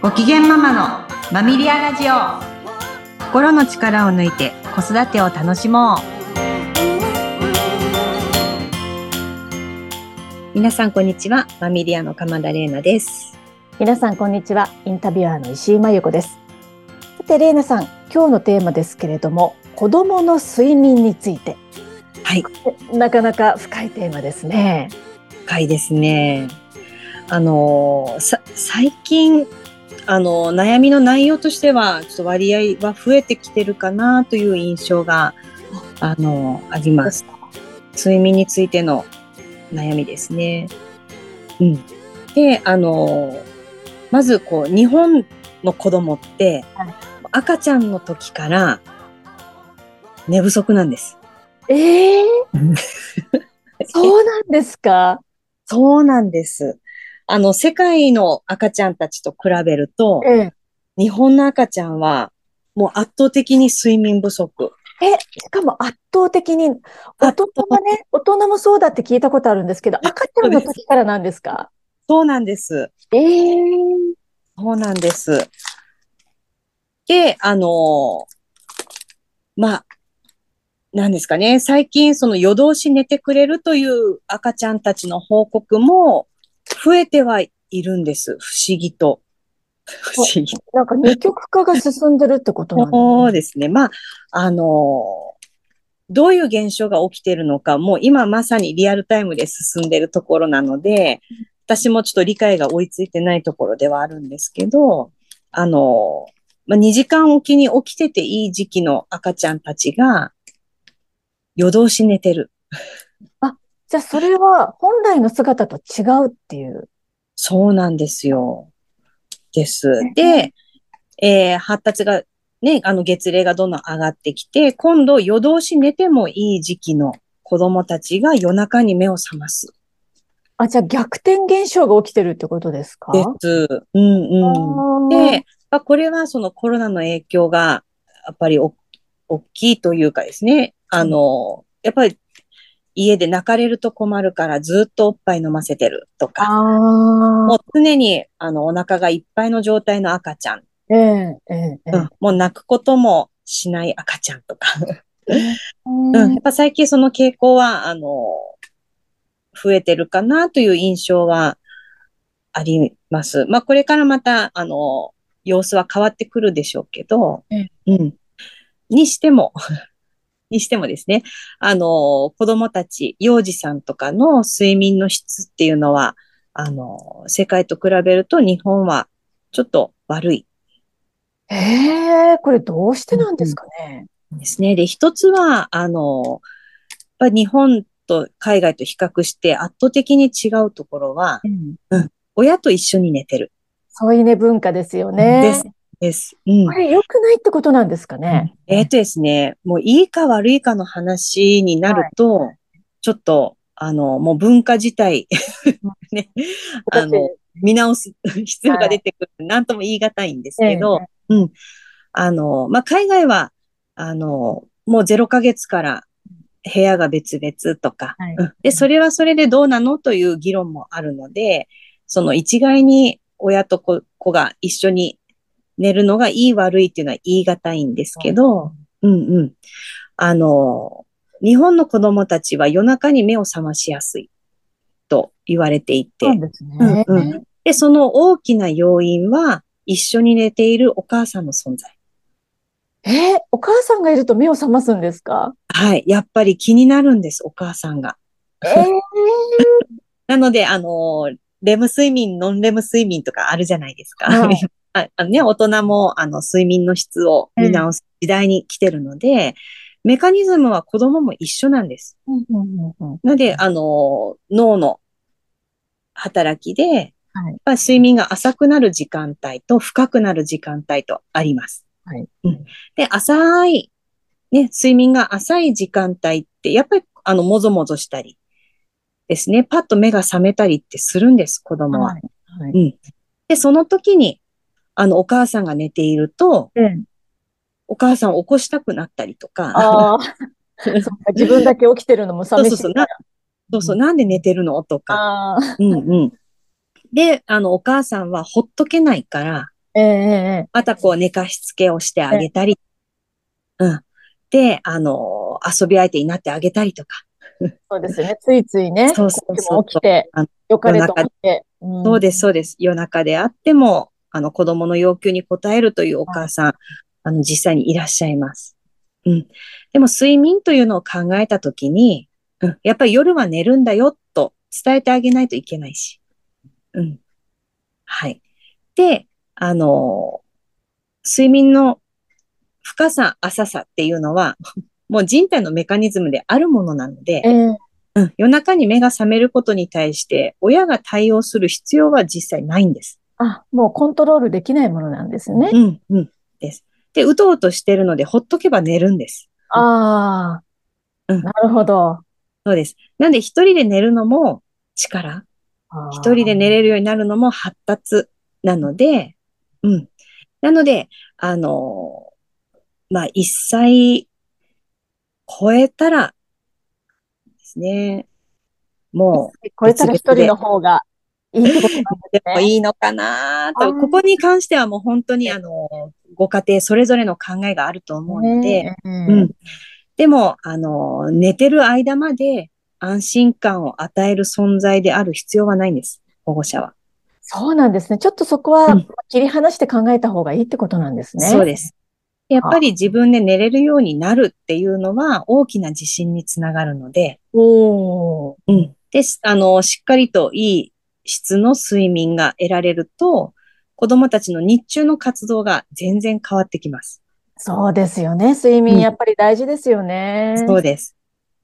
ご機嫌ママのマミリアラジオ心の力を抜いて子育てを楽しもう皆さんこんにちはマミリアの鎌田玲奈です皆さんこんにちはインタビュアーの石井真由子ですさてレイナさん今日のテーマですけれども子供の睡眠についてはいなかなか深いテーマですね深いですねあのさ最近あの悩みの内容としてはちょっと割合は増えてきてるかなという印象があのあります睡眠についての悩みですねうんであのまずこう日本の子供ってはい赤ちゃんの時から寝不足なんですえ えそうなんですかそうなんです。あの、世界の赤ちゃんたちと比べると、え日本の赤ちゃんは、もう圧倒的に睡眠不足。しかも圧倒的に大人はね大人もそうだって聞いたことあるんですけど赤ちゃんの時からなんですかそうなんです。ええそうなんです。で、あのまあ、なんですかね。最近、その夜通し寝てくれるという赤ちゃんたちの報告も増えてはいるんです。不思議と。不思議となんか二極化が進んでるってことなんですねそうですね。まあ、あのどういう現象が起きてるのか、もう今まさにリアルタイムで進んでるところなので、私もちょっと理解が追いついてないところではあるんですけど、あのまあ、2時間おきに起きてていい時期の赤ちゃんたちが、夜通し寝てる。じゃあそれは本来の姿と違うっていう。そうなんですよ。です。で、えー発達が、ね、あの月齢がどんどん上がってきて、今度夜通し寝てもいい時期の子供たちが夜中に目を覚ます。あ、じゃあ逆転現象が起きてるってことですかです。うんうん。あーで、まあ、これはそのコロナの影響がやっぱりお大きいというかですね、あの、やっぱり家で泣かれると困るからずっとおっぱい飲ませてるとか、もあう常にあのお腹がいっぱいの状態の赤ちゃんー、えええええうん、もう泣くこともしない赤ちゃんとか。えうん、やっぱ最近その傾向は、あの、増えてるかなという印象はあります。まあこれからまた、あの、様子は変わってくるでしょうけどえ、うん。にしても、 にしてもですね、あの、子供たち、幼児さんとかの睡眠の質っていうのは、あの、世界と比べると日本はちょっと悪いええこれどうしてなんですかね。ですね。で、一つは、あの、やっぱ日本と海外と比較して圧倒的に違うところは、親と一緒に寝てる。そういうね、文化ですよね。です。です。うんこ。れ良くないってことなんですかね。えっとですね、もういいか悪いかの話になると、ちょっと、あの、もう文化自体、 ね、あの、見直す必要が出てくる。なんとも言い難いんですけど、うん。あの、まあ、海外は、あの、もう0ヶ月から部屋が別々とか、はいうんで、それはそれでどうなのという議論もあるので、その一概に親と子子が一緒に寝るのがいい悪いっていうのは言い難いんですけど、うんうん。あの、日本の子供たちは夜中に目を覚ましやすいと言われていて、そうですね。うんうんで、その大きな要因は、一緒に寝ているお母さんの存在。えーお母さんがいると目を覚ますんですかはい。やっぱり気になるんです、お母さんが。ええ なので、あのー、レム睡眠、ノンレム睡眠とかあるじゃないですか。はい ああのね、大人も、あの、睡眠の質を見直す時代に来てるので、メカニズムは子供も一緒なんです。うんうんうんうんなので、あの、脳の働きで、はいまあ、睡眠が浅くなる時間帯と深くなる時間帯とあります。はいうんで、浅い、ね、睡眠が浅い時間帯って、やっぱり、あの、もぞもぞしたりですね、パッと目が覚めたりってするんです、子供は。はいはいうん、で、その時に、あの、お母さんが寝ていると、ええお母さんを起こしたくなったりとか、ああ、そうか自分だけ起きてるの もそう寂そうしいそかう、ら。なそうそう、なんで寝てるのとか、ああ、うんうん。で、あの、お母さんはほっとけないから、ええまたこう寝かしつけをしてあげたり、うん。で、あの、遊び相手になってあげたりとか。そうですよね。ついついね、そうそうそうこっちも起きてあの、よかれと思って。んそうです、そうです。夜中であっても、あの、子供の要求に応えるというお母さん、あの、実際にいらっしゃいます。うん。でも、睡眠というのを考えたときに、うん、やっぱり夜は寝るんだよ、と伝えてあげないといけないし。うん。はい。で、あの睡眠の深さ、浅さっていうのは、もう人体のメカニズムであるものなので、ええうん、夜中に目が覚めることに対して、親が対応する必要は実際ないんです。あ、もうコントロールできないものなんですね。うん、うん、です。で、うとうとしてるので、ほっとけば寝るんです。ああ、うんなるほど。そうです。なんで、一人で寝るのも力、あー一人で寝れるようになるのも発達なので、うん。なので、あのーまあ、1歳超えたらですね、もう、これから一人の方がいいってことなんでやっすぱね。いいのかなあと、ーここに関してはもう本当にうんあの、ご家庭それぞれの考えがあると思うので、ねえうん。でも、あの、寝てる間まで安心感を与える存在である必要はないんです、保護者は。そうなんですね。ちょっとそこうはん切り離して考えた方がいいってことなんですね。そうです。やっぱり自分で寝れるようになるっていうのは大きな自信につながるので、おーうん。で、しあの、しっかりといい質の睡眠が得られると、子供たちの日中の活動が全然変わってきます。そうですよね。睡うん眠やっぱり大事ですよね。そうです。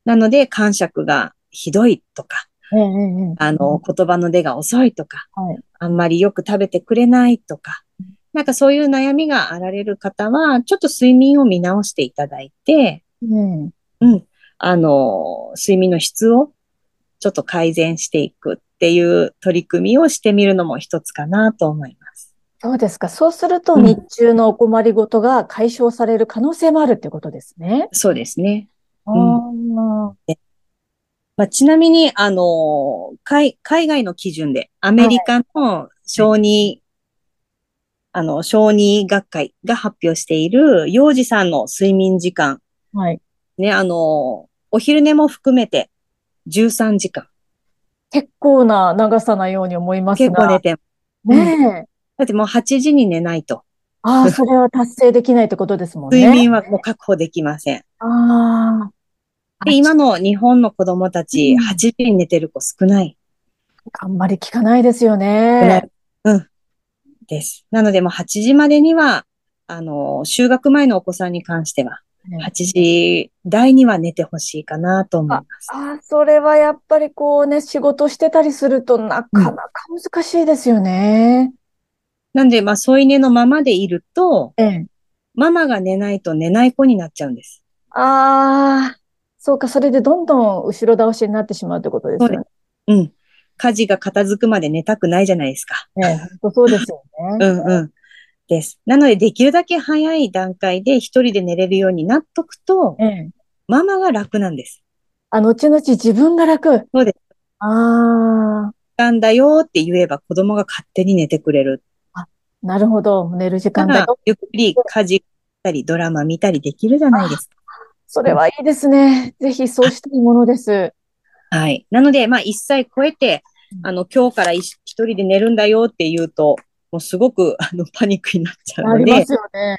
なので、感触がひどいとか、ええええあの、言葉の出が遅いとか、はいあんまりよく食べてくれないとか、なんかそういう悩みがあられる方は、ちょっと睡眠を見直していただいて、うんあの、睡眠の質をちょっと改善していくっていう取り組みをしてみるのも一つかなと思います。そうですか。そうするとうん日中のお困りごとが解消される可能性もあるってことですね。そうですね。あーまあ、ちなみに、あの海、海外の基準で、アメリカの小児、あの、小児学会が発表している、幼児さんの睡眠時間、はい。ね、あのお昼寝も含めて13時間。結構な長さなように思います結が。構寝て、うんねえ。だってもう8時に寝ないと、ああ、それは達成できないってことですもんね。睡眠はもう確保できません。ああ。で、今の日本の子供たち、うん8時に寝てる子少ない。あんまり聞かないですよね。うん。です。なので、もう8時までには、あの、就学前のお子さんに関しては、ね8時台には寝てほしいかなと思います。ああ、それはやっぱりこうね、仕事してたりするとなかなか難しいですよね。なんで、まあ、添い寝のままでいると、ええ。ママが寝ないと寝ない子になっちゃうんです。ああ、そうか、それでどんどん後ろ倒しになってしまうってことですよね。うん。家事が片付くまで寝たくないじゃないですか。ええ本当そうですようね。んうん。です。なので、できるだけ早い段階で一人で寝れるようになっとくと、ええ。ママが楽なんです。あ、後々自分が楽。そうです。ああ、なんだよって言えば子供が勝手に寝てくれる。なるほど。寝る時か間だらよ。ゆっくり家事したり、ドラマ見たりできるじゃないですそれはいいですね。ぜひそうしたいものです。か。はい。なので、まあ、1歳超えて、あの、今日から一一人で寝るんだよって言うと、もうすごく、あの、パニックになっちゃあうのりで、ますよね。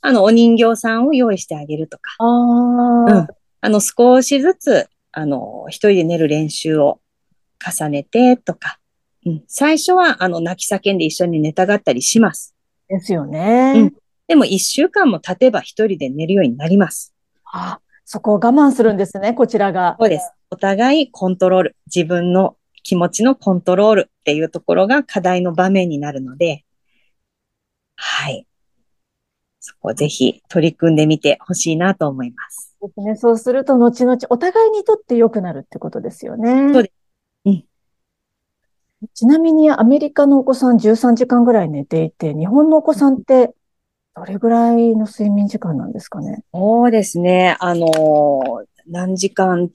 あの、お人形さんを用意してあげるとか、ああ、うんあの、少しずつ、あの、一人で寝る練習を重ねてとか、うん。最初は、あの、泣き叫んで一緒に寝たがったりします。ですようんね。でも、1週間も経てば一人で寝るようになります。あ、そこを我慢するんですね、こちらが。そうです。お互いコントロール、自分の気持ちのコントロールっていうところが課題の場面になるので、はい。そこをぜひ取り組んでみてほしいなと思います。ですね。そうすると、後々、お互いにとって良くなるってことですよね。そうでうんちなみに、アメリカのお子さん13時間ぐらい寝ていて、日本のお子さんって、どれぐらいの睡眠時間なんですかね。そうですね。あのー何時間っ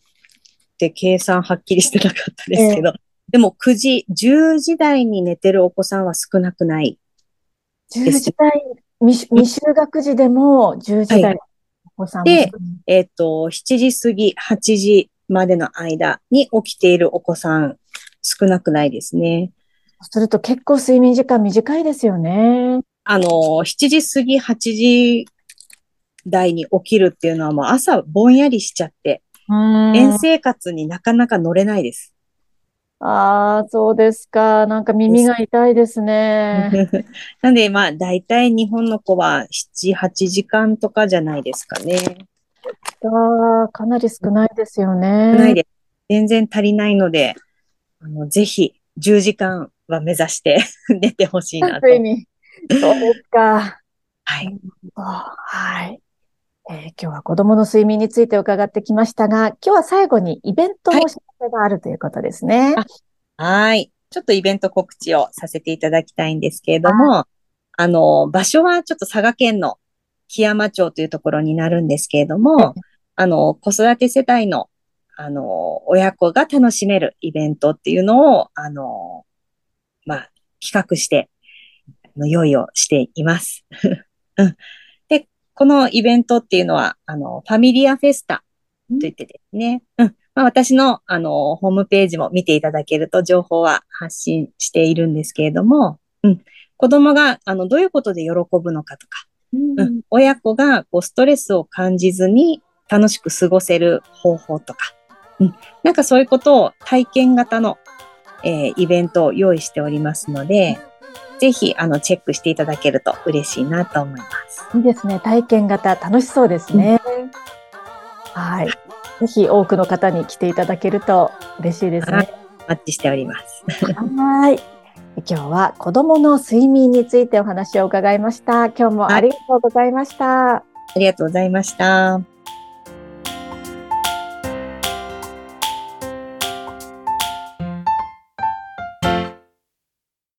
て計算はっきりしてなかったですけど、でも9時、10時台に寝てるお子さんは少なくない10時台、未未就学時でも10時は台い、お子さんもでえっ、と、7時過ぎ、8時までの間に起きているお子さん少なくないですね。そうすると結構睡眠時間短いですよね。あの、7時過ぎ、8時台に起きるっていうのはもう朝ぼんやりしちゃって、うん遠生活になかなか乗れないです。ああ、そうですか。なんか耳が痛いですね。なんで、まあ、大体日本の子は7、8時間とかじゃないですかね。あーかなり少ないですよね。ないで、全然足りないので、あの、ぜひ10時間は目指して 寝てほしいなと。睡眠。そうですか。はい。あはい。えー今日は子供の睡眠について伺ってきましたが、今日は最後にイベントのお知らせがあるということですね。あはい。ちょっとイベント告知をさせていただきたいんですけれども、あの、場所はちょっと佐賀県の木山町というところになるんですけれども、あの、子育て世代の、あの、親子が楽しめるイベントっていうのを、あの、まあ、企画して、あの用意をしています。 うんで、このイベントっていうのは、あの、ファミリアフェスタといってですね、うん。まあ、私の、あの、ホームページも見ていただけると情報は発信しているんですけれども、うん。子供が、あの、どういうことで喜ぶのかとか、うんうん、親子がこうストレスを感じずに楽しく過ごせる方法とか、うん、なんかそういうことを体験型の、えーイベントを用意しておりますので、ぜひあのチェックしていただけると嬉しいなと思います。いいですね。体験型、楽しそうですね。はい。ぜひ多くの方に来ていただけると嬉しいですはねい。お待ちしております。はい。今日は子供の睡眠についてお話を伺いました。今日もありがとうございました。ありがとうございました。